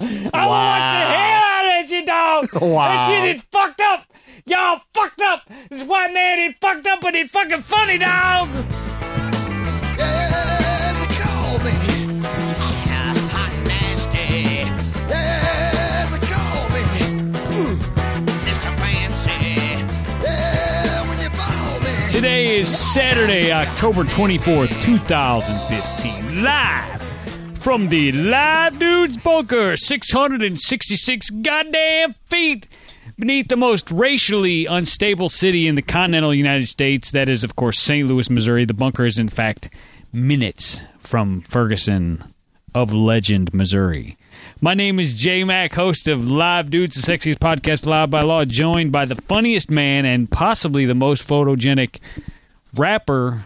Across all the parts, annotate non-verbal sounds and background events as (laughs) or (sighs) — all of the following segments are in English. I want the hell out of this, you dog. Wow. That shit is fucked up. Y'all fucked up. This white man, he fucked up, but he fucking funny, dog. Today is Saturday, October 24th, 2015. Live from the Live Dudes Bunker, 666 goddamn feet beneath the most racially unstable city in the continental United States. That is, of course, St. Louis, Missouri. The bunker is, in fact, minutes from Ferguson of Legend, Missouri. My name is J Mac, host of Live Dudes, the sexiest podcast live by law, joined by the funniest man and possibly the most photogenic rapper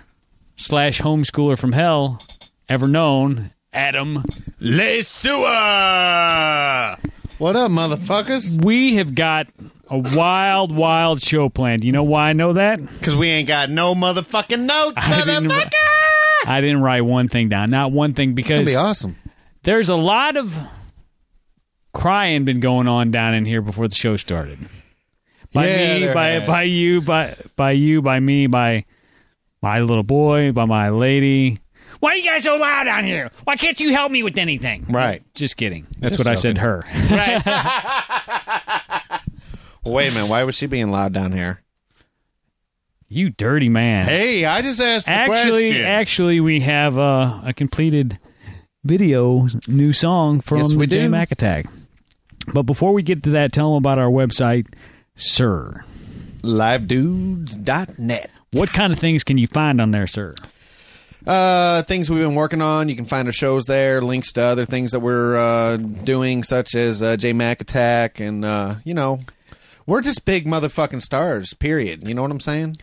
slash homeschooler from hell ever known, Adam. Le Sua! What up, motherfuckers? We have got a wild, wild show planned. You know why I know that? Because we ain't got no motherfucking notes, I didn't- motherfucker! I didn't write one thing down, not one thing, That'd because be awesome. there's a lot of crying been going on down in here before the show started. By Yeah, me, there by has. by you, by by you, by me, by my little boy, by my lady. Why are you guys so loud on here? Why can't you help me with anything? Right. Just kidding. That's what I said to her. (laughs) Wait a minute. Why was she being loud down here? You dirty man. Hey, I just asked the actually, question. actually, we have uh, a completed video new song from Yes, we the J do. Mac Attack. But before we get to that, tell them about our website, sir. LiveDudes.net. What kind of things can you find on there, sir? Uh, things we've been working on. You can find our shows there. Links to other things that we're uh, doing, such as uh, J Mac Attack, and uh, you know, we're just big motherfucking stars. Period. You know what I'm saying?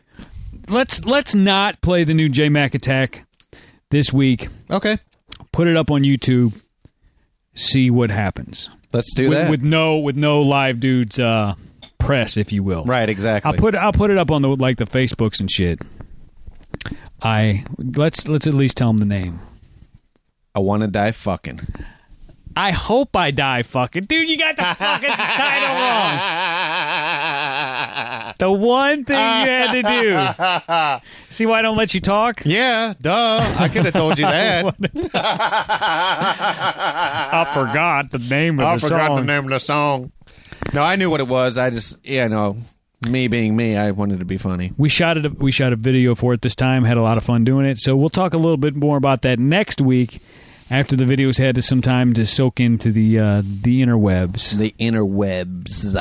Let's let's not play the new J Mac Attack this week. Okay, Put it up on YouTube. See what happens let's do with, that. with no with no live dudes uh, press, if you will. right, exactly. I'll put I'll put it up on the like the Facebooks and shit. I let's let's at least tell them the name. I want to die fucking. I hope I die fucking dude. You got the (laughs) fucking title wrong. The one thing you had to do. (laughs) See why I don't let you talk? (laughs) Yeah, duh. I could have told you that. I forgot the name of I the forgot song. the name of the song. no, I knew what it was. I just, yeah, no. Me being me, I wanted to be funny. We shot it. We shot a video for it this time. Had a lot of fun doing it. So we'll talk a little bit more about that next week, after the videos had some time to soak into the uh, the interwebs. The interwebs.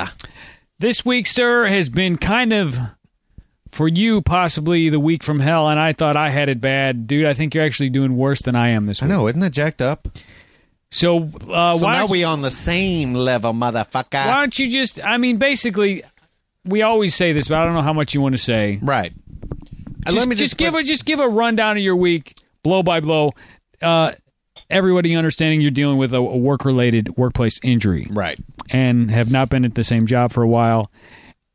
This week, sir, has been kind of for you possibly the week from hell, and I thought I had it bad, dude. I think you're actually doing worse than I am this I week. know, isn't that jacked up? So, uh, So why, now don't, we on the same level, motherfucker. why don't you just? I mean, basically, we always say this, but I don't know how much you want to say. Right. Uh, Just, let me just, just, give a just give a rundown of your week, blow by blow. Uh, everybody understanding you're dealing with a, a work related workplace injury. Right. and have not been at the same job for a while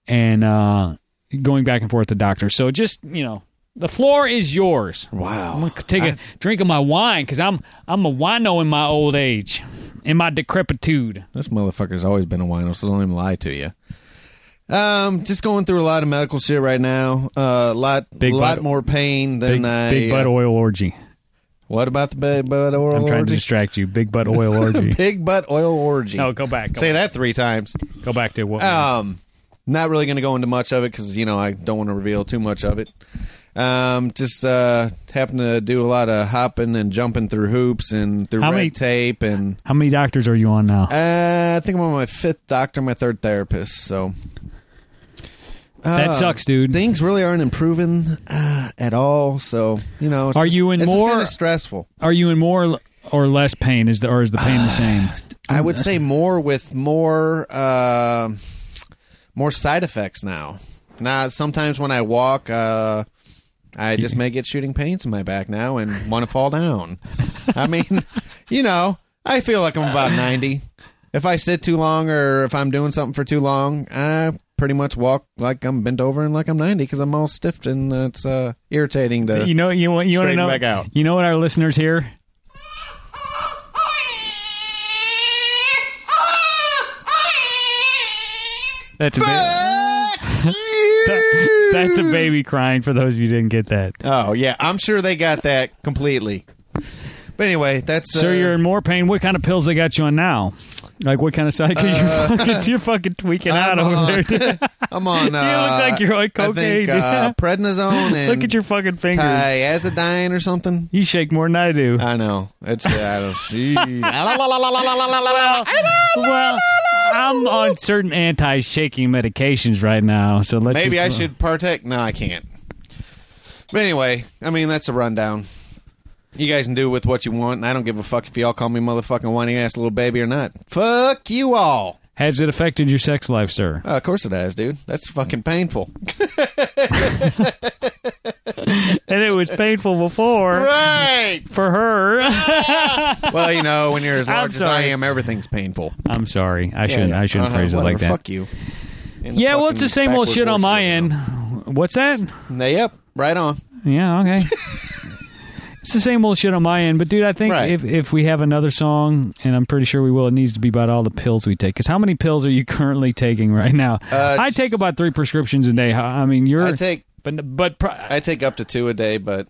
and uh, going back and forth to doctors. So just, you know, the floor is yours. Wow. Take a drink of my wine because I'm I'm a wino in my old age, in my decrepitude. This motherfucker's always been a wino, so don't even lie to you. Um, just going through a lot of medical shit right now. A uh, lot, Big lot butt- more pain than Big, I. big butt uh, oil orgy. what about the big butt oil I'm trying to orgy? distract you. Big butt oil (laughs) orgy. Big butt oil orgy. No, go back. Go, Say that three times. go back to what? Um, not really going to go into much of it because you know I don't want to reveal too much of it. Um, just uh, happen to do a lot of hopping and jumping through hoops and through How red many- tape, and How many doctors are you on now? uh, I think I'm on my fifth doctor, my third therapist. So Uh, that sucks, dude. things really aren't improving uh, at all. So you know, it's Are just- you in it's more- kind of stressful? are you in more or less pain? Is the or is the pain the same? (sighs) I would say more with more uh, more side effects now. Now, sometimes when I walk, uh, I just may get shooting pains in my back now and want to fall down. I mean, (laughs) you know, I feel like I'm about ninety. If I sit too long or if I'm doing something for too long, I pretty much walk like I'm bent over and like I'm ninety because I'm all stiffed and it's uh, irritating to. You know you want you want to Straighten know back out. You know what our listeners hear? That's (laughs) a ba- that- that's a baby crying. For those of you who didn't get that, Oh yeah, I'm sure they got that completely. But anyway, that's sir, uh, you're in more pain. What kind of pills they got you on now? Like what kind of side? (laughs) Because you're fucking, you're fucking tweaking out Uh, I'm over on- there. (laughs) dude. (laughs) I'm on. Uh, like you're on I think cocaine. (laughs) uh, prednisone and Look at your fucking fingers. thiazidine or something. You shake more than I do. I know it's. uh, I (laughs) don't (laughs) see. Maybe well, I'm on certain anti-shaking medications right now, so let's. just- I should partake. No, I can't. But anyway, I mean that's a rundown. You guys can do with what you want, and I don't give a fuck if y'all call me motherfucking whiny ass little baby or not. Fuck you all. Has it affected your sex life, sir? Uh, of course it has, dude. That's fucking painful. and it was painful before (laughs) Right. for her. Well, you know, when you're (laughs) as I'm large as I sorry. am, everything's painful. I'm sorry. I shouldn't. Yeah, I shouldn't uh-huh, phrase it whatever, like that. Fuck you. In the Yeah, well, it's fucking the same old backward shit on bullshit, my you end. know. What's that? Yep, right on. Yeah, (laughs) okay. it's the same old shit on my end. But dude, I think Right. if if we have another song, and I'm pretty sure we will, it needs to be about all the pills we take. Because how many pills are you (laughs) currently taking right now? Uh, I take about three prescriptions a day. I I mean, you're I take but but pro- I take up to two a day, but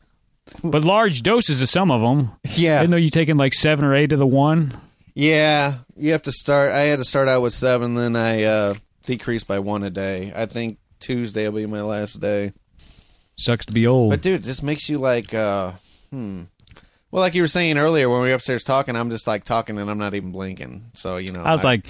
but large doses of some of them. yeah, Even though you're taking like seven or eight of the one. yeah. You have to start. I had to start out with seven, then I uh, decreased by one a day. I think Tuesday will be my last day. Sucks to be old. But dude, it just makes you like, uh, hmm. Well, like you were saying earlier when we were upstairs talking, I'm just like talking and I'm not even blinking. So you know, I (laughs) was like,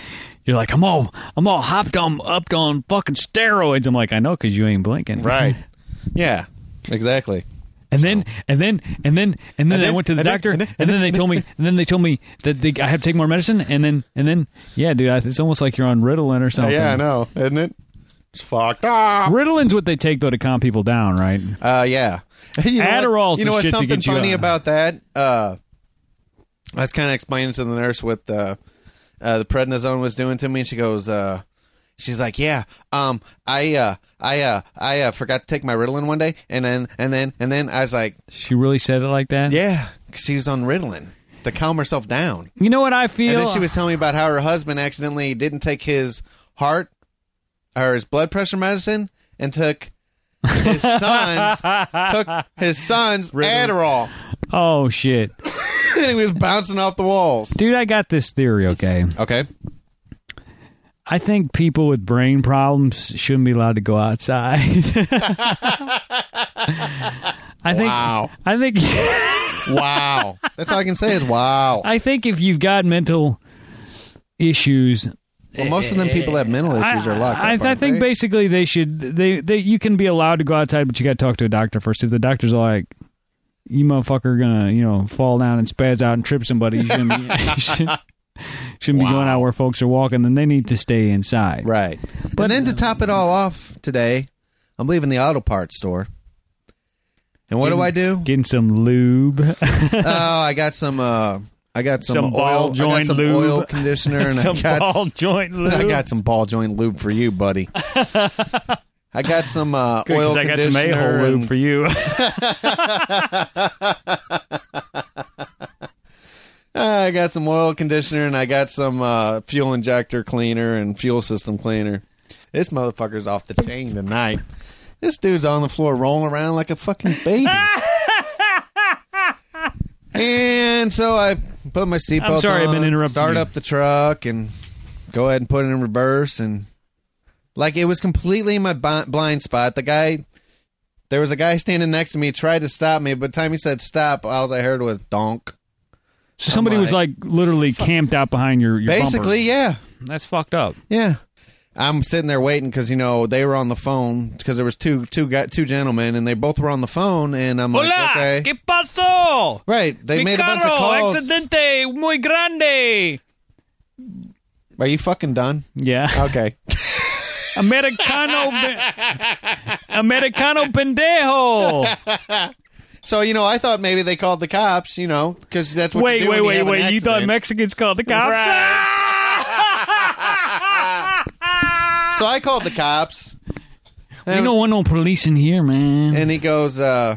"You're like I'm all I'm all hopped on upped on fucking steroids." I'm like, "I know, cause you ain't blinking." right, (laughs) yeah, exactly. And then and then and then and then And I then- went to the and then- doctor, and and then- then, they told me, and then they told me that they, I have to take more medicine, and then and then yeah, dude, I, it's almost like you're on Ritalin or something. Yeah, I know, isn't it? It's fucked up. Ritalin's what they take though to calm people down, right? Uh, yeah. (laughs) you what- Adderall's You know the what's shit to something get you funny out. about that? Uh, I was kind of explaining to the nurse what the uh, the prednisone was doing to me, and she goes, uh, she's like, yeah, um, I uh, I uh, I uh, forgot to take my Ritalin one day, and then and then and then I was like, She really said it like that. yeah, 'cause she was on Ritalin to calm herself down, You know what I feel? and then she was telling me about how her husband accidentally didn't take his heart or his blood pressure medicine and took. (laughs) his son's took his son's Adderall. oh shit, and he was bouncing off the walls. dude, I got this theory. Okay, Okay. I think people with brain problems shouldn't be allowed to go outside. (laughs) I think. Wow. I think. Wow. That's all I can say is wow. I think if you've got mental issues, Well, most of them people that have mental issues I, are locked I, up. I aren't think they? basically they should they, they you can be allowed to go outside, but you got to talk to a doctor first. If the doctor's like, "You motherfucker, gonna you know fall down and spaz out and trip somebody," you shouldn't be, (laughs) you shouldn't, shouldn't be going out where folks are walking. Then they need to stay inside. Right. But then to top it all off today, I'm leaving the auto parts store. And what do I do? Getting some lube, Oh, I got some uh I got some, Some oil ball I got joint some lube. oil (laughs) conditioner and some I got ball joint lube. (laughs) I got some ball joint lube for you, buddy. (laughs) I got some uh, Good, 'cause oil I got some conditioner a-hole and lube for you. (laughs) Uh, I got some oil conditioner and I got some uh, fuel injector cleaner and fuel system cleaner. This motherfucker's off the chain tonight. This dude's on the floor rolling around like a fucking (laughs) baby. and so I put my seatbelt I'm sorry, I've on, been interrupting start you. up the truck, and go ahead and put it in reverse. And like it was completely in my bi- blind spot. The guy, there was a guy standing next to me, tried to stop me, but the time he said stop, all I heard was donk. So somebody was like literally camped out behind your, your bumper. Basically, yeah. That's fucked up. Yeah. I'm sitting there waiting because you know they were on the phone because there was two two guy, two gentlemen and they both were on the phone and I'm like okay ¿Qué pasó? right they made a bunch of calls accidente muy grande. are you fucking done Yeah. okay (laughs) Americano Americano pendejo. (laughs) so you know I thought maybe they called the cops you know because that's what wait, you do wait, when you wait, have an wait. You thought accident. Mexicans called the cops? so I called the cops We don't want no police in here, man. and he goes uh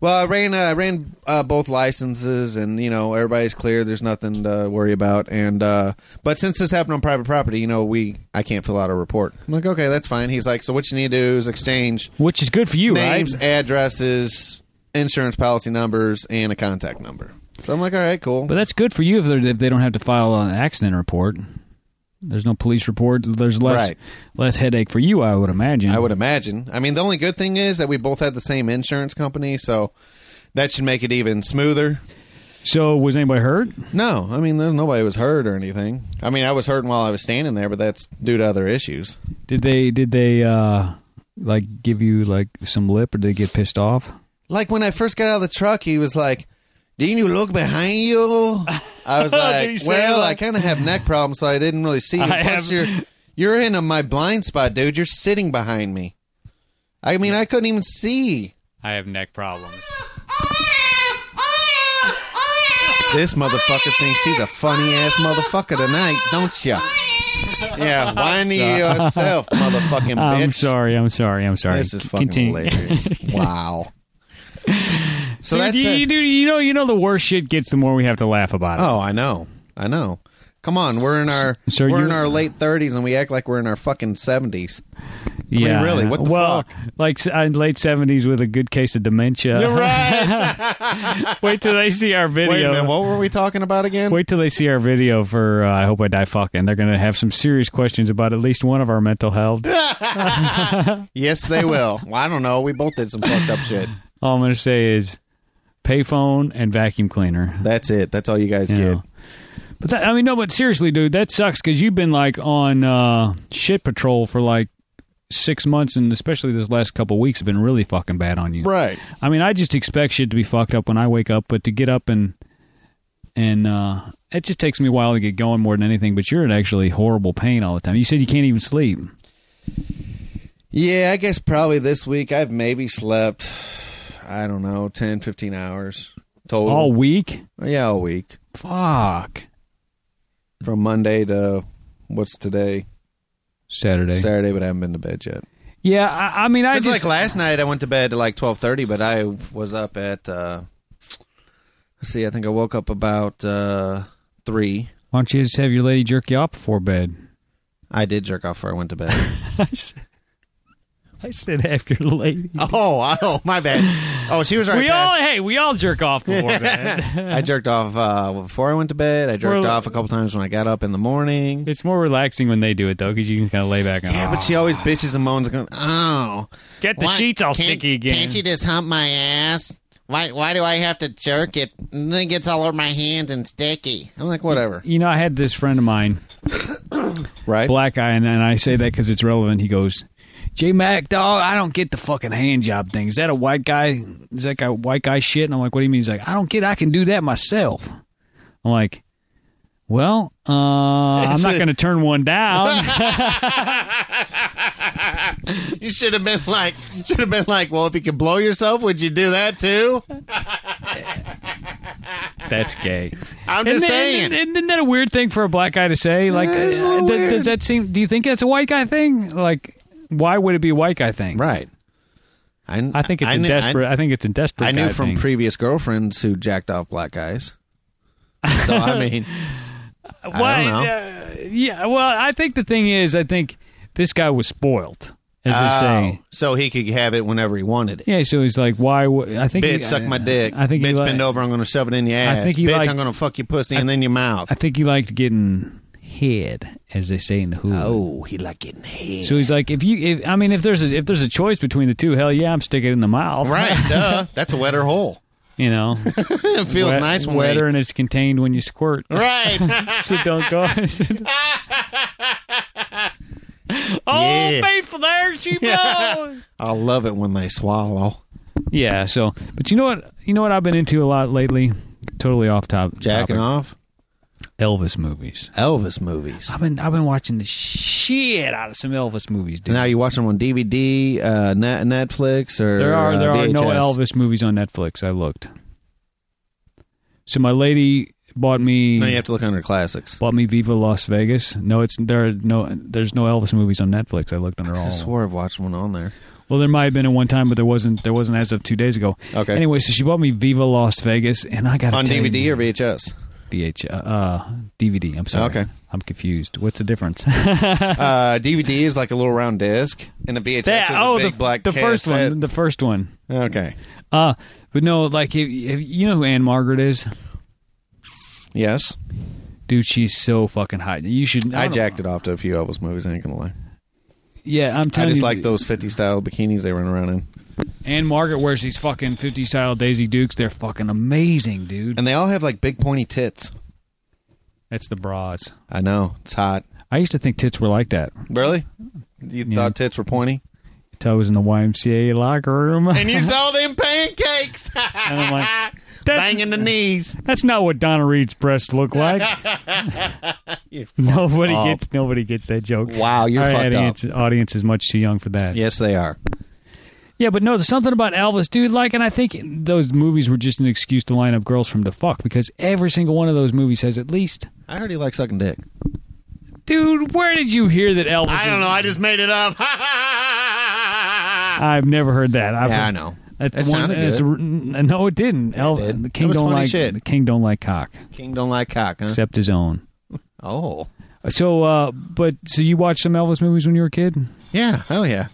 Well, I ran uh, I ran uh, both licenses, and you know everybody's clear. There's nothing to worry about. And uh, but since this happened on private property, you know we I can't fill out a report. I'm like, okay, that's fine. He's like, so what you need to do is exchange Which is good for you, names, right? addresses, insurance policy numbers, and a contact number. So I'm like, all right, cool. But that's good for you if, they're- if they don't have to file an accident report. There's no police report. There's less Right. less headache for you, I would imagine. I would imagine. I mean, the only good thing is that we both had the same insurance company, so that should make it even smoother. So was anybody hurt? No, I mean, there's nobody was hurt or anything. I mean, I was hurting while I was standing there, but that's due to other issues. Did they did they uh like give you like some lip or did they get pissed off? Like when I first got out of the truck, he was like, "Didn't you look behind you?" (laughs) I was he like, say "Well, like- I kind of have neck problems, so I didn't really see you. I Plus, have- you're you're in my blind spot, dude. You're sitting behind me. I mean, I couldn't even see." I have neck problems. This motherfucker thinks he's a funny ass motherfucker tonight, don't ya? Yeah, whiny yourself, motherfucking bitch. I'm sorry. I'm sorry. I'm sorry. This is C- fucking continue. hilarious. (laughs) Wow. So Dude, that's you, it. you, dude, you know, you know, the worse shit gets, the more we have to laugh about it. Oh, I know. I know. Come on, we're in our So we're you- in our late thirties and we act like we're in our fucking seventies. yeah, really, what the well, fuck? like s- in late seventies with a good case of dementia. (laughs) You're (laughs) right. Wait till they see our video. Wait a minute, what were we talking about again? Wait till they see our video for uh, "I Hope I Die Fucking." They're going to have some serious questions about at least one of our mental health. Yes, (laughs) they will. Well, I don't know. We both did some fucked up shit. All I'm going to say is payphone and vacuum cleaner. That's it. That's all you guys Yeah. get. But that, I mean, no, but seriously, dude, that sucks because you've been like on uh, shit patrol for like six months, and especially this last couple weeks have been really fucking bad on you. Right. I mean, I just expect shit to be fucked up when I wake up, but to get up and and uh, it just takes me a while to get going more than anything. But you're in actually horrible pain all the time. You said you can't even sleep. Yeah, I guess probably this week I've maybe slept I don't know, 10, 15 hours total. All week? yeah, all week. Fuck. From Monday to what's today? Saturday. Saturday, but I haven't been to bed yet. Yeah, I, I mean, I It's just like last night I went to bed at like twelve thirty, but I was up at uh let's see, I think I woke up about uh three. why don't you just have your lady jerk you off before bed? I did jerk off before I went to bed. (laughs) (laughs) I said after your lady. oh, oh, my bad. Oh, she was right. we all past- hey, we all jerk off before (laughs) bed. I jerked off uh, before I went to bed. I jerked We're- off a couple times when I got up in the morning. It's more relaxing when they do it though, because you can kind of lay back and Yeah, but she always bitches and moans. Going, oh, get the why- sheets all can't- sticky again. Can't you just hump my ass? Why? Why do I have to jerk it? And then it gets all over my hands and sticky. I'm like, whatever. You know, I had this friend of mine, Right? black guy, and, and I say that because it's relevant. He goes, "J Mac, dog, I don't get the fucking hand job thing. Is that a white guy? Is that guy white guy shit?" And I'm like, "What do you mean?" He's like, "I don't get. I can do that myself." I'm like, "Well, uh, I'm not going to turn one down." (laughs) You should have been like, should have been like, well, if you could blow yourself, would you do that too? That's gay. I'm Isn't just that- saying. Isn't, isn't that a weird thing for a black guy to say? Like, uh, th- does that seem? Do you think that's a white guy thing? Like, why would it be a white guy thing? right. I, I think it's I a knew- desperate. I, think it's a desperate. I, I knew guy from thing. previous girlfriends who jacked off black guys. So I (laughs) mean, Well, I don't uh, yeah. Well, I think the thing is, I think this guy was spoiled, as they oh, say. so he could have it whenever he wanted it. Yeah. So he's like, why? would I think. Bitch, he, suck I- my dick. I think bitch, he li- bend over. I'm gonna shove it in your I ass. think he Bitch, like- I'm gonna fuck your pussy and then your mouth. I think he liked getting head, as they say in the hood. oh, he like getting hit. So he's like, if you, if, I mean, if there's a, if there's a choice between the two, hell yeah, I'm sticking it in the mouth. Right, duh. That's a wetter hole. (laughs) You know. It feels Wet- nice when wetter we- and it's contained when you squirt. (laughs) Right. so don't go. (laughs) oh, Yeah. faithful, there (laughs) she goes. I love it when they swallow. yeah. So, but you know what? You know what I've been into a lot lately. Totally off top. Jacking topic. off Elvis movies. Elvis movies. I've been I've been watching the shit out of some Elvis movies, dude. Now you watch them on DVD, uh, Net- Netflix, or There are uh, there are no VHS? Elvis movies on Netflix. I looked. So my lady bought me Now you have to look under classics. bought me Viva Las Vegas. No, it's there. Are no, there's no Elvis movies on Netflix. I looked under all. I of them. (laughs) swore I've watched one on there. Well, there might have been at one time, but there wasn't. There wasn't as of two days ago. Okay. Anyway, so she bought me Viva Las Vegas, and I got On DVD or VHS? VH uh, uh, DVD. I'm sorry. Okay. I'm confused. What's the (laughs) difference? Uh, (laughs) DVD is like a little round disc, and a VHS (laughs) is a oh, big the, black the first cassette. one. The first one. Okay. Uh, but no, like if, if you know who Anne Margaret is, Yes. dude, she's so fucking hot. You should. I, don't- jacked it off to a few Elvis movies, I ain't gonna lie. Yeah, I'm I telling just you, like those 50 style bikinis they run around in. Anne Margaret wears these fucking fifty style Daisy Dukes. They're fucking amazing, dude. And they all have like big pointy tits. That's the bras. I know. It's hot. I used to think tits were like that. Really? You Yeah. thought tits were pointy? Until I was in the YMCA locker room, (laughs) and And you saw them pancakes! (laughs) I'm like, that's Banging the knees. that's not what Donna Reed's breasts look (laughs) like. nobody up. gets nobody gets that joke. Wow, you're Our fucked audience, audience is much too young for that. Yes, they are. Yeah, but no, there's something about Elvis, dude. Like, and I think those movies were just an excuse to line up girls from the fuck because every single one of those movies has at least. I heard he likes sucking dick. Dude, where did you hear that Elvis? I was- don't know. I just made it up. (laughs) (laughs) I've never heard that. I've Yeah, I know. That's That the one. sounded that's good. r- n- no, it didn't. Elvis, did. The That king was don't funny like shit. the king don't like cock King don't like cock, huh? except his own. Oh. So, uh, but so you watched some Elvis movies when you were a kid? Yeah, hell yeah.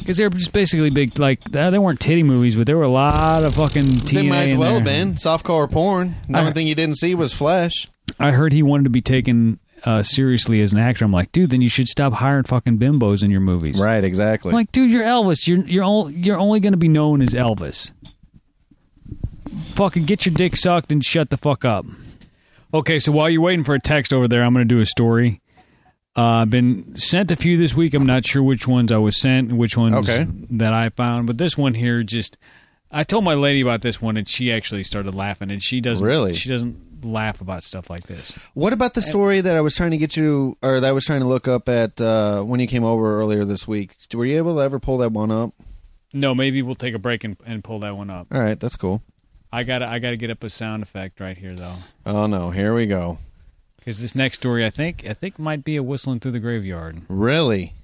Because they were just basically big, like uh, they weren't titty movies, but there were a lot of fucking. TNA They might as in well have there. been. Softcore porn. The only heard- thing you didn't see was flesh. I heard he wanted to be taken uh, seriously as an actor. I'm like, dude, then you should stop hiring fucking bimbos in your movies. Right, exactly. I'm like, dude, you're Elvis. You're you're all, you're only going to be known as Elvis. Fucking get your dick sucked and shut the fuck up. Okay, so while you're waiting for a text over there, I'm going to do a story. Uh, I've been sent a few this week. I'm not sure which ones I was sent and which ones Okay. that I found, but this one here just I told my lady about this one and she actually started laughing and she doesn't Really? she doesn't laugh about stuff like this. What about the story that I was trying to get you, or that I was trying to look up at uh, when you came over earlier this week? Were you able to ever pull that one up? No, maybe we'll take a break and, and pull that one up. All right, that's cool. I got to I got to get up a sound effect right here though. Oh no, here we go. Because this next story, I think, I think might be a whistling through the graveyard. Really?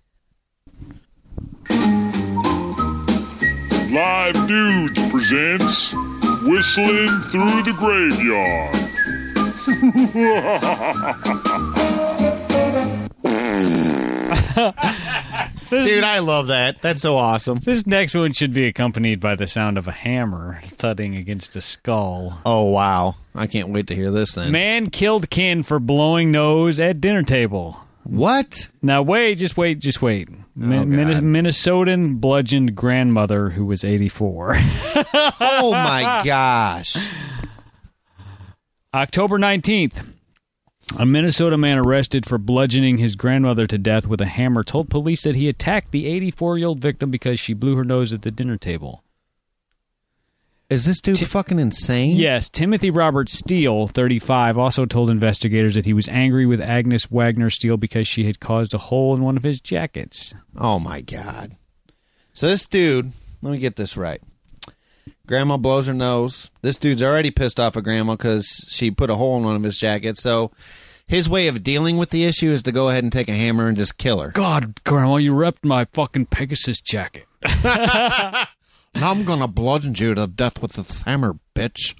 Live Dudes presents Whistling Through the Graveyard. Dude, I love that. That's so awesome. This next one should be accompanied by the sound of a hammer thudding against a skull. Oh wow. I can't wait to hear this then. Man killed kin for blowing nose at dinner table. What? Now wait, just wait, just wait. Oh, Min- Minne- God. Minnesotan bludgeoned grandmother who was 84. Oh my gosh. (laughs) October 19th. A Minnesota man arrested for bludgeoning his grandmother to death with a hammer told police that he attacked the 84 year old victim because she blew her nose at the dinner table. Is this dude fucking insane? Yes, Timothy Robert Steele, 35, also told investigators that he was angry with Agnes Wagner Steele because she had caused a hole in one of his jackets. Oh my god. So this dude, let me get this right. Grandma blows her nose. This dude's already pissed off at grandma because she put a hole in one of his jackets. So his way of dealing with the issue is to go ahead and take a hammer and just kill her. God, Grandma, you ripped my fucking Pegasus jacket. I'm gonna bludgeon you to death with this hammer, bitch.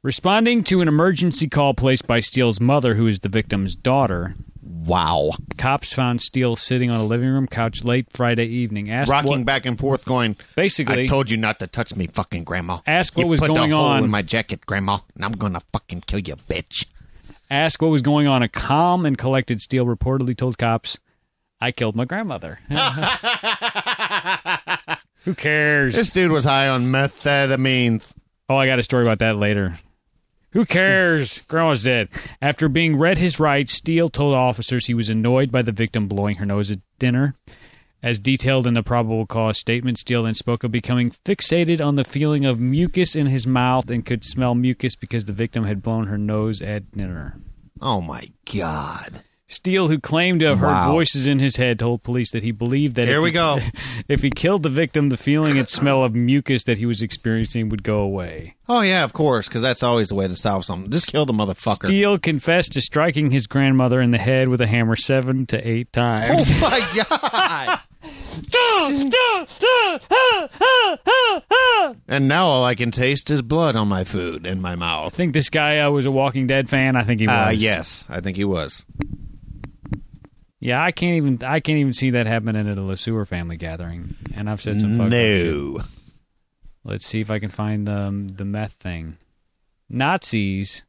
Responding to an emergency call placed by Steele's mother, who is the victim's daughter, Wow. cops found Steele sitting on a living room couch late Friday evening. Asked Rocking what, back and forth, going. Basically- I told you not to touch me, fucking grandma. Ask what you was put going a hole on. in my jacket, grandma, and I'm gonna fucking kill you, bitch. asked what was going on, a calm and collected Steele reportedly told cops, I killed my (laughs) grandmother. (laughs) who cares? This dude was high on methamphetamine. Oh, I got a story about that later. Who (laughs) cares? Grandma's dead. After being read his rights, Steele told officers he was annoyed by the victim blowing her nose at dinner. As detailed in the probable cause statement, Steele then spoke of becoming fixated on the feeling of mucus in his mouth and could smell mucus because the victim had blown her nose at dinner. Oh my god. Steele, who claimed to have heard Wow. voices in his head, told police that he believed that Here if we he- go. (laughs) if he killed the victim, the feeling and smell of mucus that he was experiencing would go away. Oh yeah, of course, because that's always the way to solve something. Just kill the motherfucker. Steele confessed to striking his grandmother in the head with a hammer seven to eight times. (laughs) Oh my (laughs) god! and now all I can taste is blood on my food in my I mouth. think this guy uh, was a Walking Dead fan. I think he was. Uh, yes, I think he was. Yeah, I can't even. I can't even see that happening at a LeSueur family gathering. And I've said some fucked up shit. No. Let's see if I can find the um, the meth thing. Nazis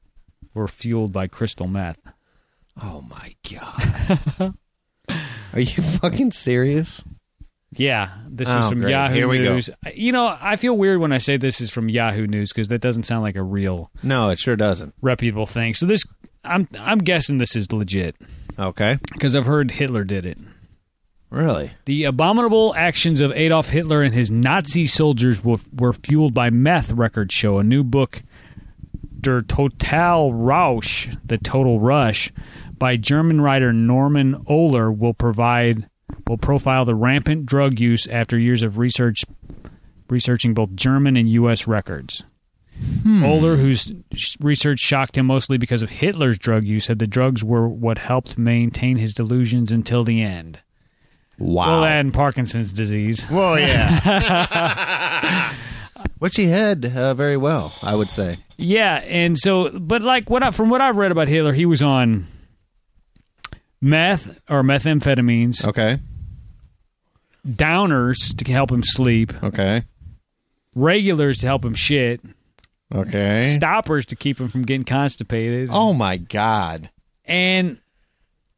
were fueled by crystal meth. Oh my god. (laughs) Are you fucking serious? Yeah, this was Oh, from great. Yahoo Here we go. News. I- You know, I feel weird when I say this is from Yahoo News because that doesn't sound like a real No, it sure doesn't. reputable thing. So this, I'm I'm guessing this is legit Okay. because I've heard Hitler did it. Really? The abominable actions of Adolf Hitler and his Nazi soldiers were, were fueled by meth, records show. A new book, Der Total Rausch, The Total Rush, by German writer Norman Ohler will provide will profile the rampant drug use after years of research researching both German and U.S. records. Ohler, whose sh- research shocked him mostly because of Hitler's drug use, said the drugs were what helped maintain his delusions until the end. Wow. Well, that and Parkinson's disease. Well, yeah. Which he had uh, very well, I would say. Yeah, and so, but like what I, from what I've read about Hitler, he was on meth or methamphetamines, Okay. downers to help him sleep, Okay. regulars to help him shit, Okay. stoppers to keep him from getting constipated, Eh. Oh my god. and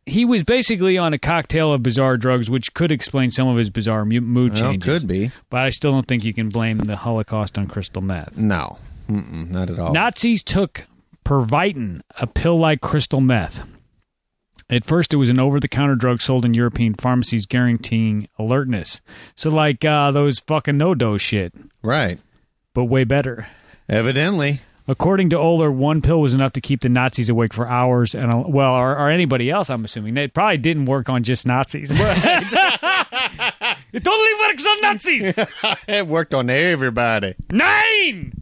he was basically on a cocktail of bizarre drugs, which could explain some of his bizarre mu- mood Well, changes. could be. But I still don't think you can blame the Holocaust on crystal meth. No. Mm-mm, not at all. Nazis took Pervitin, a pill like crystal meth. At first, it was an over the counter drug sold in European pharmacies guaranteeing alertness. So, like uh, those fucking no dose shit, right. but way better. Evidently. According to Oler, one pill was enough to keep the Nazis awake for hours, and uh, well, or, or anybody else. I'm assuming it probably didn't work on just Nazis. (laughs) it only works on Nazis. It worked on everybody. Nine.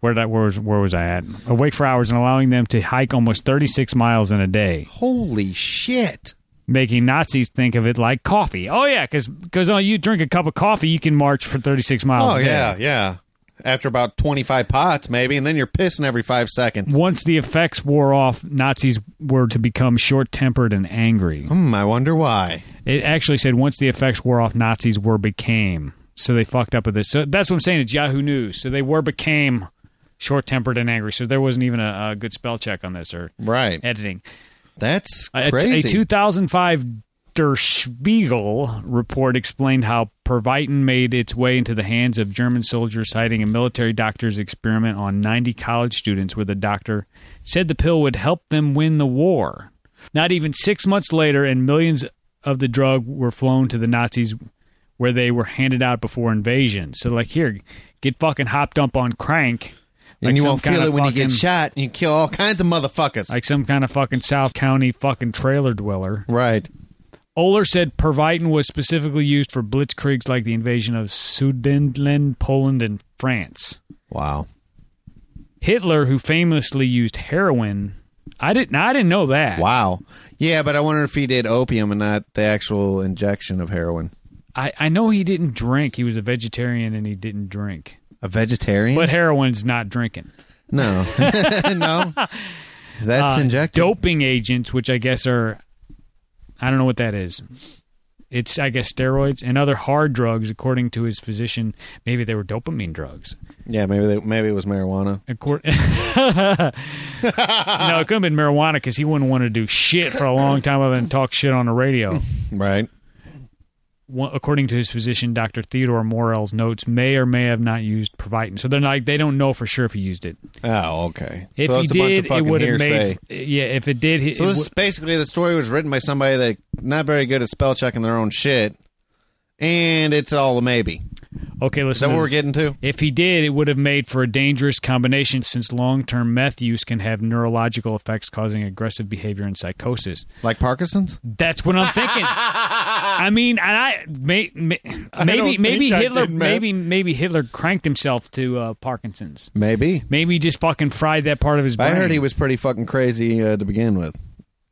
Where did I, where was where was I at? Awake for hours and allowing them to hike almost 36 miles in a day, Holy shit. making Nazis think of it like coffee. Oh yeah, because oh, you drink a cup of coffee, you can march for 36 miles. Oh a day. yeah, yeah. After about twenty five pots, maybe, and then you're pissing every five seconds. Once the effects wore off, Nazis were to become short-tempered and angry. Hmm, I wonder why. It actually said once the effects wore off, Nazis were became. So they fucked up with this. So that's what I'm saying. It's Yahoo News. So they were became short-tempered and angry. So there wasn't even a, a good spell check on this or Right. editing. That's A, a crazy. 2005 Der Spiegel report explained how Pervitin made its way into the hands of German soldiers, citing a military doctor's experiment on 90 college students, where the doctor said the pill would help them win the war. Not even six months later, and millions of the drug were flown to the Nazis, where they were handed out before invasion. So, like, here, get fucking hopped up on crank. and like you some won't kind feel of it when you get fucking- shot and you kill all kinds of motherfuckers. Like some kind of fucking South County fucking trailer dweller. right. Oler said Pervitin was specifically used for blitzkriegs like the invasion of Sudetenland, Poland, and France. Wow. Hitler, who famously used heroin, I didn't. I didn't know that. Wow. Yeah, but I wonder if he did opium and not the actual injection of heroin. I, I know he didn't drink. He was a vegetarian and he didn't drink. A vegetarian? But heroin's not drinking. No. (laughs) no. Uh, That's injected. Doping agents, which I guess are, I don't know what that is. It's I guess steroids and other hard drugs, according to his physician. Maybe they were dopamine drugs. Yeah, maybe they, maybe it was marijuana. (laughs) Accord- no, it could have been marijuana because he wouldn't want to do shit for a long time other than talk shit on the radio. Right. One- According to his physician, Dr. Theodore Morell's notes, may or may have not used Provitin. So they're like, they don't know for sure if he used it. Oh, okay. If so he it's did, a bunch of it fucking would have hearsay. made. Yeah, if it did, he- So it this wou- is basically the story was written by somebody that not very good at spell checking their own shit, and it's all a maybe. Okay, listen. Is that to what we're this. getting to? If he did, it would have made for a dangerous combination since long term meth use can have neurological effects causing aggressive behavior and psychosis. Like Parkinson's? That's what I'm thinking. I (laughs) mean, and I may, may, maybe don't maybe think I Hitler did, man. maybe maybe Hitler cranked himself to uh, Parkinson's. Maybe. Maybe he just fucking fried that part of his brain. I heard he was pretty fucking crazy uh, to begin with,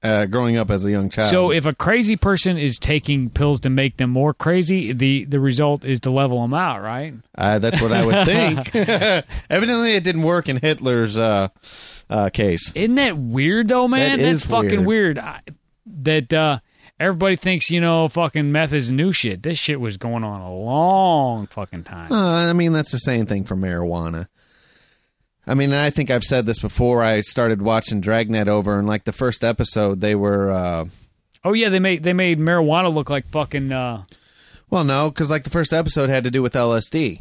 uh, growing up as a young child. So if a crazy person is taking pills to make them more crazy, the the result is to level them out, right? uh, that's what I would think. (laughs) Evidently, it didn't work in Hitler's uh, uh, case. Isn't that weird though, man? That That's is fucking weird. I, that uh, everybody thinks you know fucking meth is new shit. This shit was going on a long fucking time. Uh, I mean, that's the same thing for marijuana. I mean, I think I've said this before. I started watching Dragnet over, and like the first episode, they were. Uh, Oh yeah, they made they made marijuana look like fucking. Uh, Well, no, because like the first episode had to do with LSD.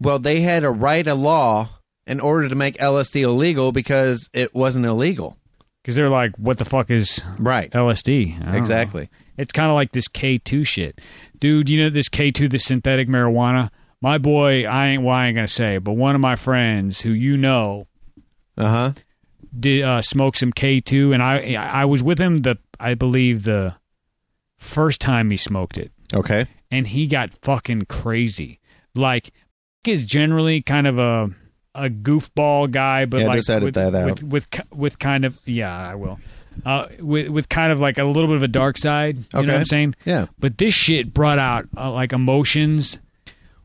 Well, they had to write a law in order to make LSD illegal because it wasn't illegal. Because they're like, what the fuck is Right. LSD? I don't Exactly. know. It's kind of like this K2 shit. Dude, you know this K2, the synthetic marijuana? My boy, I ain't, well, I ain't going to say, but one of my friends who you know Uh huh. did uh, smoke some K2, and I, I was with him, the I believe, the first time he smoked it, Okay. and he got fucking crazy. Like, is generally kind of a a goofball guy, but Yeah, like just edit with, that out. with with ki- with kind of yeah, I will. Uh, with with kind of like a little bit of a dark side. You know Okay. what I'm saying? Yeah. But this shit brought out uh, like emotions.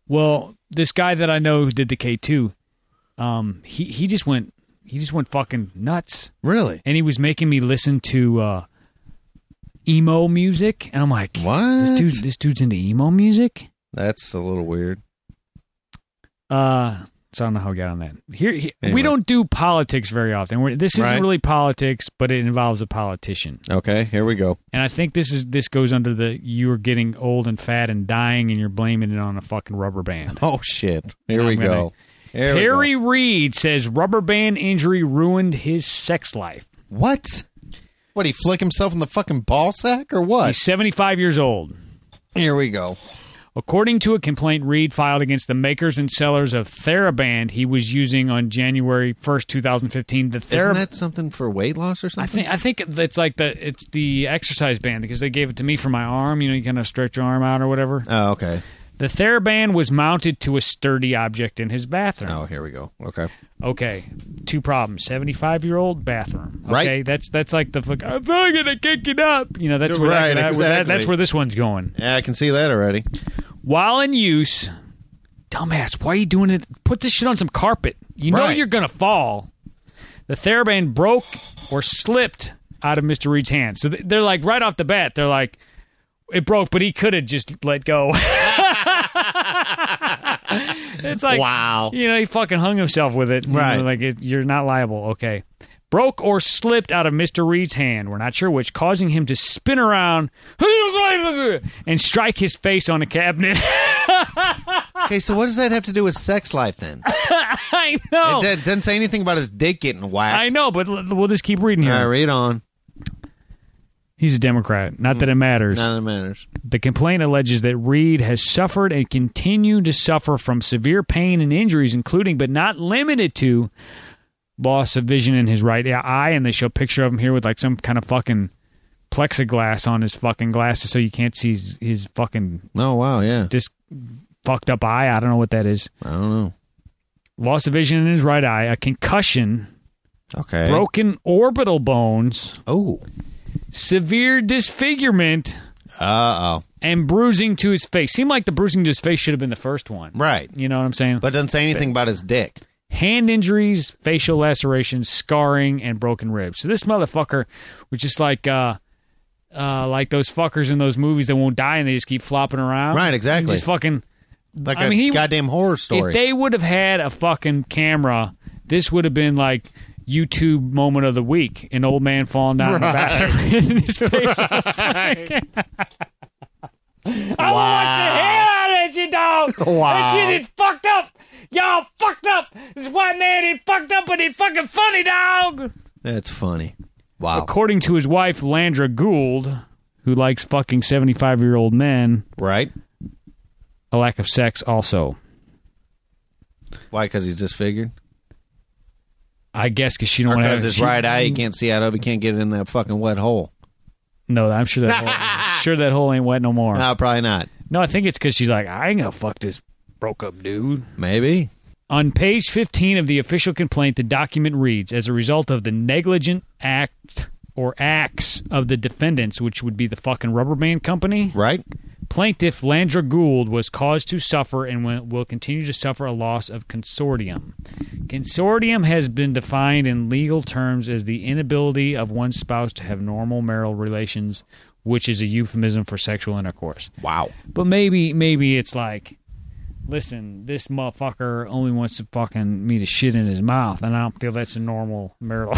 Well, this guy that I know who did the K two, um, he he just went he just went fucking nuts, Really? and he was making me listen to uh, emo music, and I'm like, What? This dude, this dude's into emo music. That's a little weird. Uh, so I don't know how we got on that. Here, he- we Anyway. don't do politics very often. We're, this isn't Right. really politics, but it involves a politician, Okay. Here we go. (laughs) and I think this is this goes under the you are getting old and fat and dying, and you're blaming it on a fucking rubber (laughs) band. Oh shit. Here we I'm gonna- go. Here we Harry go. Reid says rubber band injury ruined his sex life. What? What? He flick himself in the fucking ball sack or what? He's 75 years old. Here we go. According to a complaint Reed filed against the makers and sellers of TheraBand he was using on January 1st, 2015, the Isn't Thera- that something for weight loss or I something? think I think it's like the it's the exercise band because they gave it to me for my arm, you know, you kind of stretch your arm out or whatever. Oh, okay. The TheraBand was mounted to a sturdy object in his bathroom. Oh, here we go. Okay. Okay, two problems. Seventy-five-year-old bathroom. Okay, Right. that's that's like the fuck. I'm fucking gonna kick it up. You know, that's where, Right, that, that- exactly. that's where this one's going. Yeah, I can see that already. While in use, dumbass, why are you doing it? Put this shit on some carpet. You know Right. you're gonna fall. The TheraBand broke or slipped out of Mister Reed's hand. So th- they're like right off the bat, they're like, it broke, but he could have just let go. (laughs) it's like Wow. you know, he fucking hung himself with it. you know, Right. like, it, you're not liable. Okay. Broke or slipped out of Mr. Reed's hand, we're not sure which, causing him to spin around (laughs) and strike his face on a cabinet. (laughs) Okay, so what does that have to do with sex life then? (laughs) I know. It did, doesn't say anything about his dick getting whacked. Oh. I know, but l- we'll just keep reading here. All right, read on. He's a Democrat. Not that it matters. None of that matters. The complaint alleges that Reed has suffered and continued to suffer from severe pain and injuries, including but not limited to loss of vision in his right eye. And they show a picture of him here with like some kind of fucking plexiglass on his fucking glasses so you can't see his, his fucking Oh wow, yeah. just fucked up eye. I don't know what that is. I don't know. Loss of vision in his right eye, a concussion, Okay. broken orbital bones, Oh. severe disfigurement. Uh oh. And bruising to his face. Seemed like the bruising to his face should have been the first one. Right. You know what I'm saying? But it doesn't say anything about his dick. hand injuries, facial lacerations, scarring, and broken ribs. So this motherfucker was just like uh uh like those fuckers in those movies that won't die and they just keep flopping around. Right, exactly. Just fucking Like I a mean, he- goddamn horror if story. they would have had a fucking camera, this would have been like YouTube moment of the week. An old man falling down in the bathroom (laughs) in his face. (laughs) I want the hell out of this, you (laughs) dog. That Wow. shit is fucked up. Y'all fucked up. This white man, he fucked up, but he fucking funny, dog. That's funny. Wow. According to his wife Landra Gould, who likes fucking seventy five year old men, Right? a a lack of sex also. Why? Because he's disfigured. I guess because she don't want to Because have his she- right eye, he can't see out of. He can't get in that fucking wet hole. No, I'm sure that whole, sure that hole ain't wet no more. No, probably not. No, I think it's because she's like, I ain't gonna fuck this broke up dude. Maybe. On page 15 of the official complaint, the document reads As a result of the negligent act or acts of the defendants, which would be the fucking rubber band company, Right. plaintiff Landra Gould was caused to suffer and will- will continue to suffer a loss of consortium. Consortium has been defined in legal terms as the inability of one spouse to have normal marital relations, which is a euphemism for sexual intercourse. Wow. But maybe maybe it's like, listen, this motherfucker only wants to fucking me to shit in his mouth, and I don't feel that's a normal marital.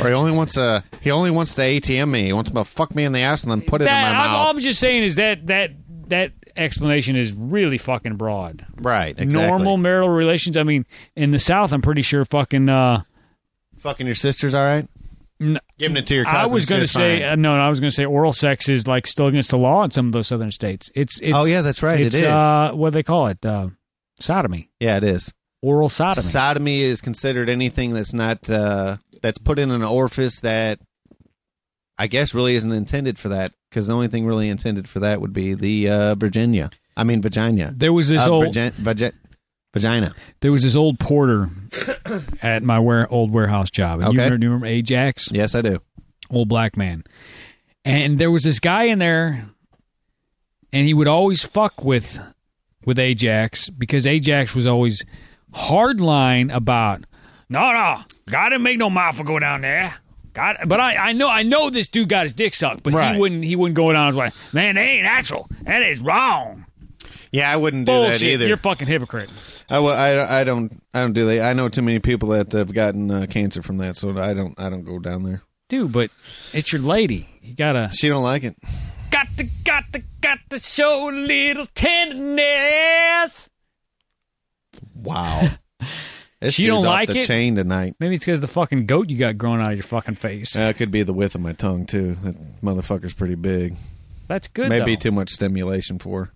Or he only wants a. He only wants the ATM me. He wants to fuck me in the ass and then put (laughs) it That- in my I'm, all mouth. I'm just saying is that that that explanation is really fucking broad. right. Exactly. Normal marital relations. I mean, in the South, I'm pretty sure fucking. Uh, Fucking your sisters. All right. No. Giving it to your. I cousins, was going to it's say fine. uh, no, no. I was going to say oral sex is like still against the law in some of those southern states. It's, it's oh yeah, that's right. it's, it is. Uh, what do they call it? Uh, sodomy, yeah, it is. oral sodomy. Sodomy is considered anything that's not uh, that's put in an orifice that I guess really isn't intended for that because the only thing really intended for that would be the uh, Virginia. I mean Virginia. there was this Uh, old virgin, virgin, vagina. There was this old porter (coughs) at my ware old warehouse job. And you, Okay. remember, you remember Ajax? Yes, I do. Old black man. And there was this guy in there, and he would always fuck with with Ajax because Ajax was always hardline about, no, no, God didn't make no mafia go down there. God, but I, I know I know this dude got his dick sucked, but Right. he wouldn't he wouldn't go down his way. Man, that ain't natural. That is wrong. Yeah, I wouldn't do Bullshit. that either. You're a fucking hypocrite. I, w- I, I don't I don't do that. I know too many people that have gotten uh, cancer from that, so I don't I don't go down there. Dude, but it's your lady. You gotta She don't like it. Got to, got to, got to show a little tenderness. Wow. (laughs) This She don't dude's off like the it? Chain tonight. Maybe it's because the fucking goat you got growing out of your fucking face. Uh, it could be the width of my tongue too. That motherfucker's pretty big. That's good. Maybe though. too much stimulation for. her.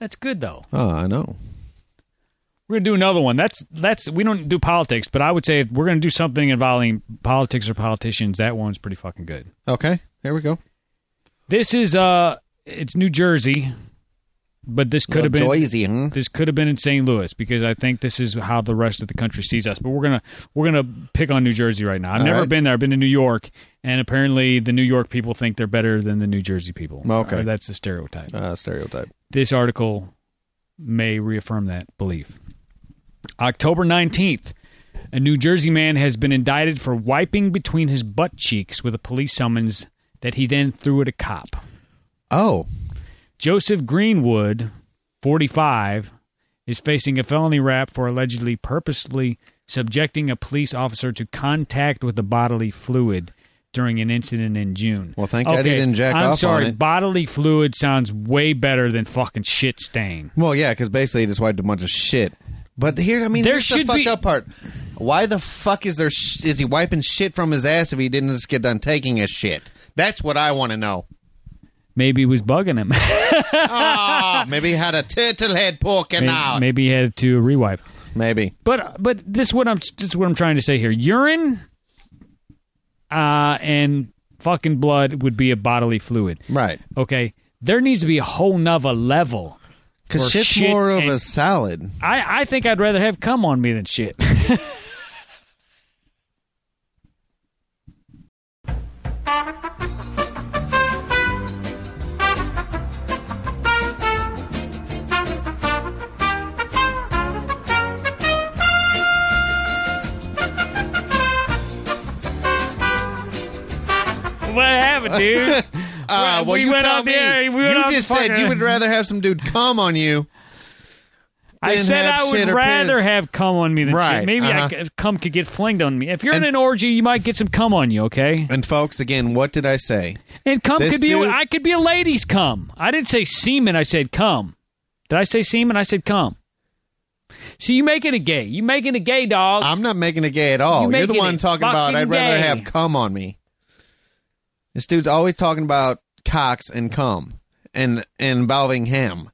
That's good though. Oh, I know. We're gonna do another one. That's that's we don't do politics, but I would say if we're gonna do something involving politics or politicians, that one's pretty fucking good. Okay, here we go. This is uh, it's New Jersey, but this could have been Uh, Joyzy, huh? this could have been in St. Louis because I think this is how the rest of the country sees us. But we're gonna we're gonna pick on New Jersey right now. I've All never right. been there. I've been to New York, and apparently the New York people think they're better than the New Jersey people. Okay. Or that's the stereotype. Uh, stereotype. This article may reaffirm that belief. October nineteenth. A New Jersey man has been indicted for wiping between his butt cheeks with a police summons that he then threw at a cop. Oh, Joseph Greenwood, 45, is facing a felony rap for allegedly purposely subjecting a police officer to contact with a bodily fluid during an incident in June. Well, thank God he didn't jack I'm off on sorry, it. bodily fluid sounds way better than fucking shit stain. well, yeah, because basically he just wiped a bunch of shit. But here, I mean, There there's the should fucked be- up part. Why the fuck is there? Sh- is he wiping shit from his ass if he didn't just get done taking a shit? That's what I want to know. Maybe he was bugging him. (laughs) Ah, maybe he had a turtle head poking out. Maybe. Maybe he had to rewipe. But but this is what I'm this is what I'm trying to say here. Urine, uh, and fucking blood would be a bodily fluid. right? okay there needs to be a whole nother level Or Because shit's shit more of and- a salad. (laughs) i i think i'd rather have cum on me than shit (laughs) What happened, dude? Ah, Well, well, we you went tell out me. there, we went you out just the said fucking- you would rather have some dude come on you. I than said have I shit would or rather piss. have cum on me than Right, shit. Maybe I uh-huh. could- cum could get flinged on me. If you're in an And- orgy, you might get some cum on you, okay? And folks, again, what did I say? And cum This could be. a dude- I could be a lady's cum. I didn't say semen. I said cum. Did I say semen? I said cum. See, you making a gay. You making a gay dog. I'm not making it gay at all. You're You're the making one it talking about fucking I'd rather gay. have cum on me. This dude's always talking about cocks and cum. and involving ham.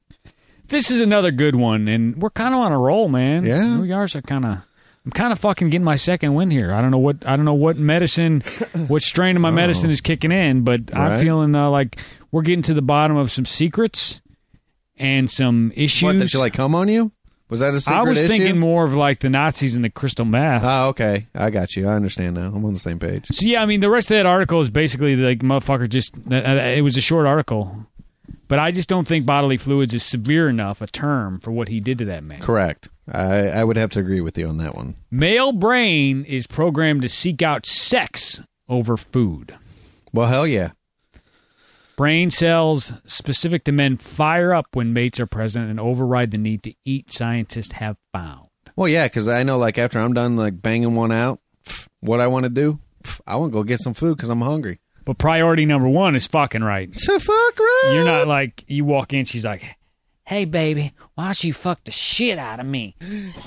This is another good one, and we're kind of on a roll, man. Yeah. we are. So kind of, I'm kind of fucking getting my second win here. I don't know what I don't know what (coughs) medicine, what strain of my medicine is kicking in, but I'm Oh. Right. feeling uh, like we're getting to the bottom of some secrets and some issues. What did she like come on you? Was that a secret I was issue? thinking more of like the Nazis and the crystal meth. Oh, okay. I got you. I understand now. I'm on the same page. So yeah, I mean, the rest of that article is basically like motherfucker. Just uh, uh, it was a short article, but I just don't think bodily fluids is severe enough a term for what he did to that man. Correct. I, I would have to agree with you on that one. Male brain is programmed to seek out sex over food. Well, hell yeah. Brain cells specific to men fire up when mates are present and override the need to eat. Scientists have found. Well, yeah, because I know, like, after I'm done, like, banging one out, pff, what I want to do, pff, I want to go get some food because I'm hungry. But priority number one is fucking right. So fuck right. You're not like you walk in. She's like, Hey, baby, why don't you fuck the shit out of me?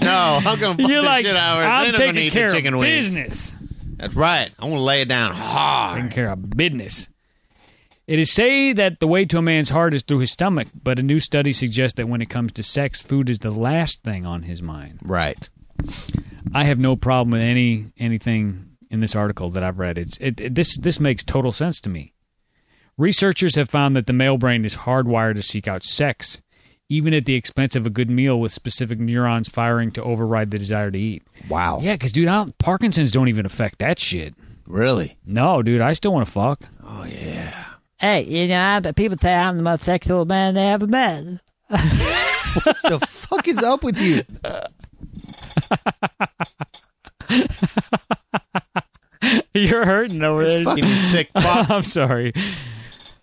No, I'm gonna (laughs) fuck you're this like, shit out. I'm Then I'm taking gonna eat care the chicken of wings. business. That's right. I'm gonna lay it down hard. taking care of business. It is say that the way to a man's heart is through his stomach, but a new study suggests that when it comes to sex, food is the last thing on his mind. Right. I have no problem with any anything in this article that I've read. It's it, it- this this makes total sense to me. Researchers have found that the male brain is hardwired to seek out sex, even at the expense of a good meal, with specific neurons firing to override the desire to eat. Wow. Yeah, because dude, I don't, Parkinson's don't even affect that shit. Really. No, dude, I still want to fuck. (laughs) Hey, you know, I, but people say I'm the most sexual man they ever met. the fuck is up with (laughs) you? You're hurting over there. Fucking sick fuck. (laughs) I'm sorry.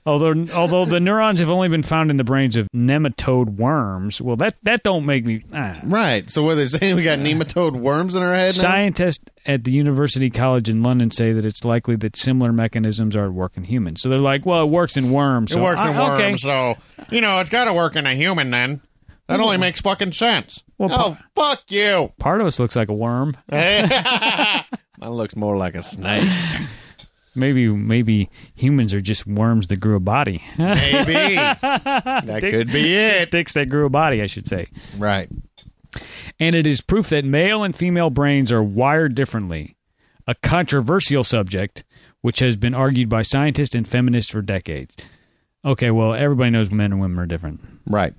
Although, although the neurons have only been found in the brains of nematode worms, well, that that don't make me. ah. Right. So what they're saying, we got nematode worms in our head now. Scientists at the University College in London say that it's likely that similar mechanisms are at work in humans. So they're like, well, it works in worms. It so works in I- okay. worms, so you know it's got to work in a human. Then that only makes fucking sense. Well, oh fuck you! Part of us looks like a worm. Mine looks more like a snake. Maybe maybe humans are just worms that grew a body. (laughs) (laughs) Maybe that could be it. Sticks that grew a body, I should say. Right. and it is proof that male and female brains are wired differently, a controversial subject which has been argued by scientists and feminists for decades. Okay, well, everybody knows men and women are different. Right.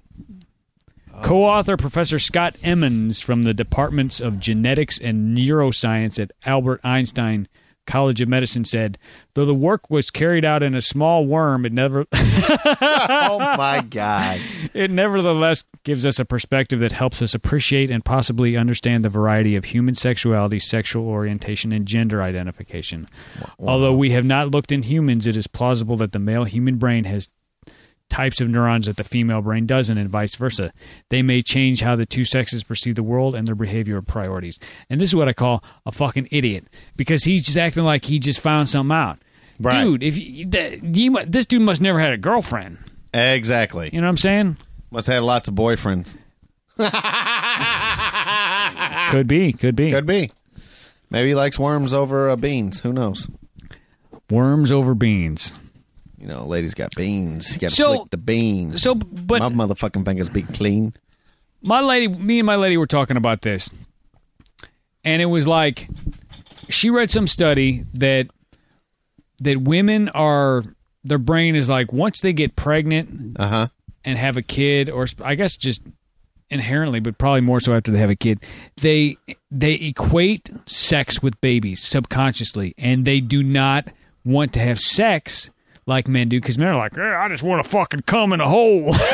Co author Professor Scott Emmons from the Departments of Genetics and Neuroscience at Albert Einstein College of Medicine said, though the work was carried out in a small worm, it never. oh my god. It nevertheless gives us a perspective that helps us appreciate and possibly understand the variety of human sexuality, sexual orientation, and gender identification. Although we have not looked in humans, it is plausible that the male human brain has types of neurons that the female brain doesn't, and vice versa. They may change how the two sexes perceive the world and their behavior and priorities. And this is what I call a fucking idiot because he's just acting like he just found something out. Right. Dude, if you, that, you, mu- this dude must never had a girlfriend. Exactly. You know what I'm saying? Must have had lots of boyfriends. (laughs) Could be, could be. Could be. Maybe he likes worms over uh, beans. Who knows? Worms over beans. You know, ladies got beans. You got to So- flick the beans. So, but my motherfucking fingers be clean. my lady, me and my lady were talking about this, and it was like she read some study that that women are their brain is like once they get pregnant Uh huh. and have a kid, or sp- I guess just inherently, but probably more so after they have a kid, they they equate sex with babies subconsciously, and they do not want to have sex like men do because men are like, "Eh, I just want to fucking come in a hole. (laughs)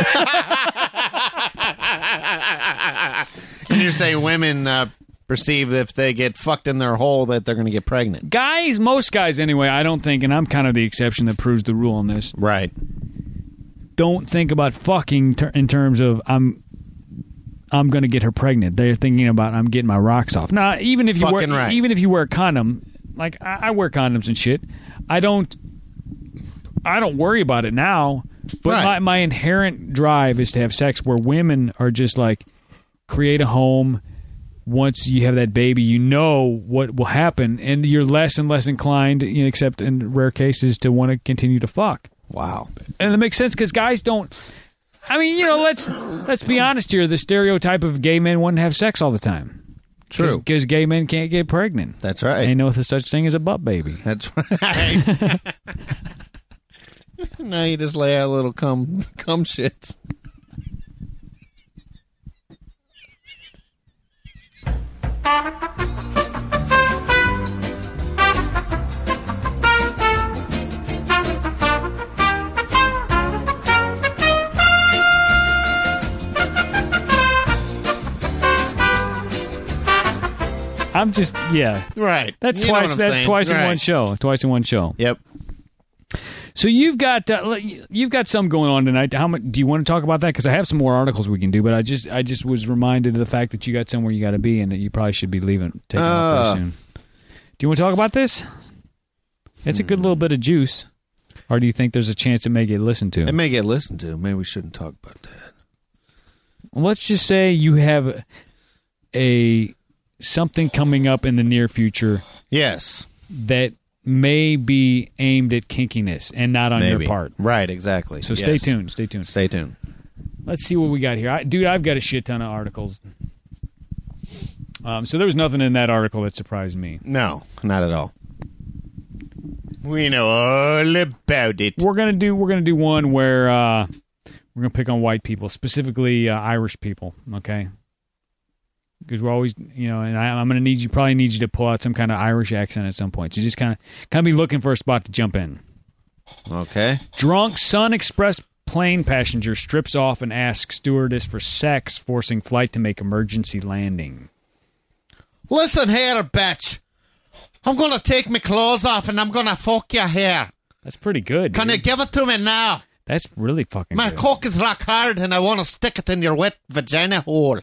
And you're saying women uh, perceive if they get fucked in their hole that they're going to get pregnant. guys, most guys anyway, I don't think, and I'm kind of the exception that proves the rule on this. Right. Don't think about fucking ter- in terms of I'm. I'm gonna get her pregnant. They're thinking about I'm getting my rocks off. Now, even if you Fucking wear, right. even if you wear a condom, like I, I wear condoms and shit, I don't, I don't worry about it now. But Right. my, my inherent drive is to have sex. Where women are just like, create a home. Once you have that baby, you know what will happen, and you're less and less inclined, you know, except in rare cases, to want to continue to fuck. Wow. and it makes sense because guys don't. I mean, you know, let's let's be honest here. The stereotype of gay men wouldn't have sex all the time. True. because gay men can't get pregnant. That's right. Ain't no such thing as a butt baby. That's right. (laughs) now you just lay out little cum (laughs) cum shits. I'm just yeah. Right. That's You know what twice. I'm That's saying. twice in Right. one show. Twice in one show. Yep. So you've got uh, l- you've got some going on tonight. How much do you want to talk about that? Because I have some more articles we can do, but I just I just was reminded of the fact that you got somewhere you got to be and that you probably should be leaving taking off Uh. pretty soon. Do you want to talk about this? It's a good little bit of juice. Or do you think there's a chance it may get listened to? It may get listened to. Maybe we shouldn't talk about that. Let's just say you have a something coming up in the near future Yes. that may be aimed at kinkiness and not on Maybe. your part. Right. Exactly. So stay Yes. tuned. Stay tuned. Stay tuned. Let's see what we got here. I, dude, I've got a shit ton of articles. Um, so there was nothing in that article that surprised me. No, not at all. We know all about it. We're gonna do we're gonna do one where uh, we're gonna pick on white people, specifically uh, Irish people. Okay, because we're always you know, and I, I'm gonna need you probably need you to pull out some kind of Irish accent at some point. You just kind of kind of be looking for a spot to jump in. Okay. Drunk Sun Express plane passenger strips off and asks stewardess for sex, forcing flight to make emergency landing. Listen here, bitch. I'm gonna take my clothes off and I'm gonna fuck your hair. That's pretty good. Can dude. you give it to me now? That's really fucking My good. cock is rock hard and I wanna stick it in your wet vagina hole.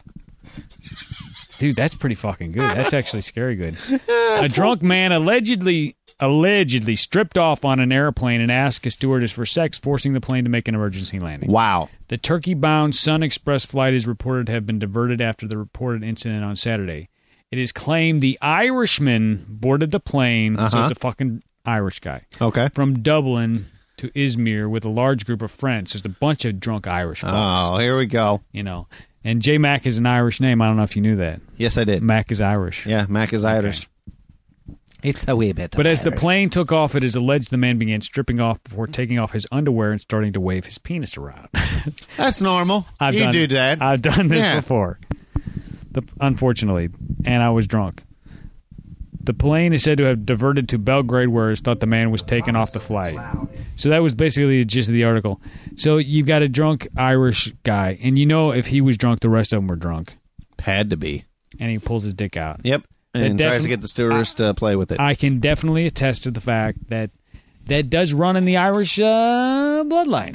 Dude, that's pretty fucking good. That's actually scary (laughs) good. A drunk man allegedly allegedly stripped off on an airplane and asked a stewardess for sex, forcing the plane to make an emergency landing. Wow. The Turkey-bound Sun Express flight is reported to have been diverted after the reported incident on Saturday. It is claimed the Irishman boarded the plane, so Uh-huh. it's a fucking Irish guy, Okay. from Dublin to Izmir with a large group of friends. There's a bunch of drunk Irish folks, Oh, here we go. you know. And J Mac is an Irish name. I don't know if you knew that. Yes, I did. Mac is Irish. Yeah, Mac is Irish. It's a wee bit. But as the plane took off, it is alleged the man began stripping off before taking off his underwear and starting to wave his penis around. (laughs) that's normal. I've you done, do that. I've done this Yeah. before. The, unfortunately, and I was drunk. The plane is said to have diverted to Belgrade, where it's thought the man was taken off the flight. So that was basically the gist of the article. So you've got a drunk Irish guy, and you know if he was drunk, the rest of them were drunk, Had to be. and he pulls his dick out. Yep. And That tries defin- to get the stewardess to play with it. I can definitely attest to the fact that that does run in the Irish uh, bloodline.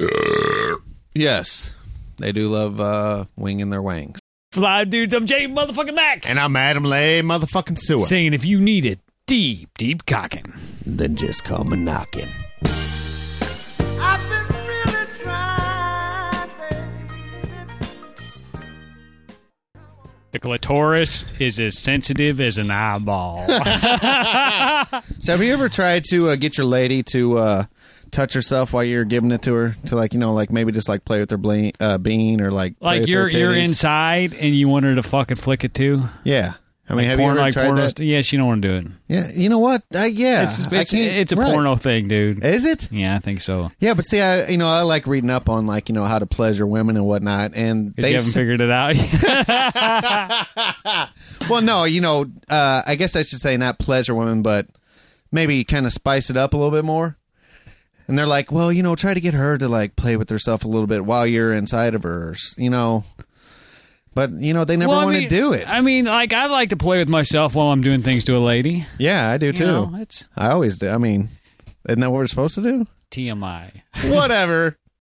yes, they do love uh, winging their wangs. Fly dudes, I'm Jay motherfucking Mac. And I'm Adam Lay, motherfucking sewer. Saying if you need it, deep, deep cocking. Then just come and knocking. The clitoris is as sensitive as an (laughs) eyeball. So have you ever tried to uh, get your lady to uh, touch herself while you're giving it to her? To like you know, like maybe just like play with her bla- uh, bean or like play like with you're their you're titties? inside and you want her to fucking flick it too. Yeah. I mean, have you ever like tried porno that? st- yeah, she don't want to do it. yeah, you know what? I, yeah, It's I it's, can't- it's a right. porno thing, dude. Is it? yeah, I think so. Yeah, but see, I you know I like reading up on like you know how to pleasure women and whatnot, and If you they haven't s- figured it (laughs) out, well, no, you know, uh, I guess I should say not pleasure women, but maybe kind of spice it up a little bit more. And they're like, well, you know, try to get her to like play with herself a little bit while you're inside of her, or s- you know. But you know, they never Well, I want mean- to do it. I mean, like I like to play with myself while I'm doing things to a lady. yeah, I do You too. know, it's (laughs) I always do. I mean, isn't that what we're supposed to do? TMI. Whatever.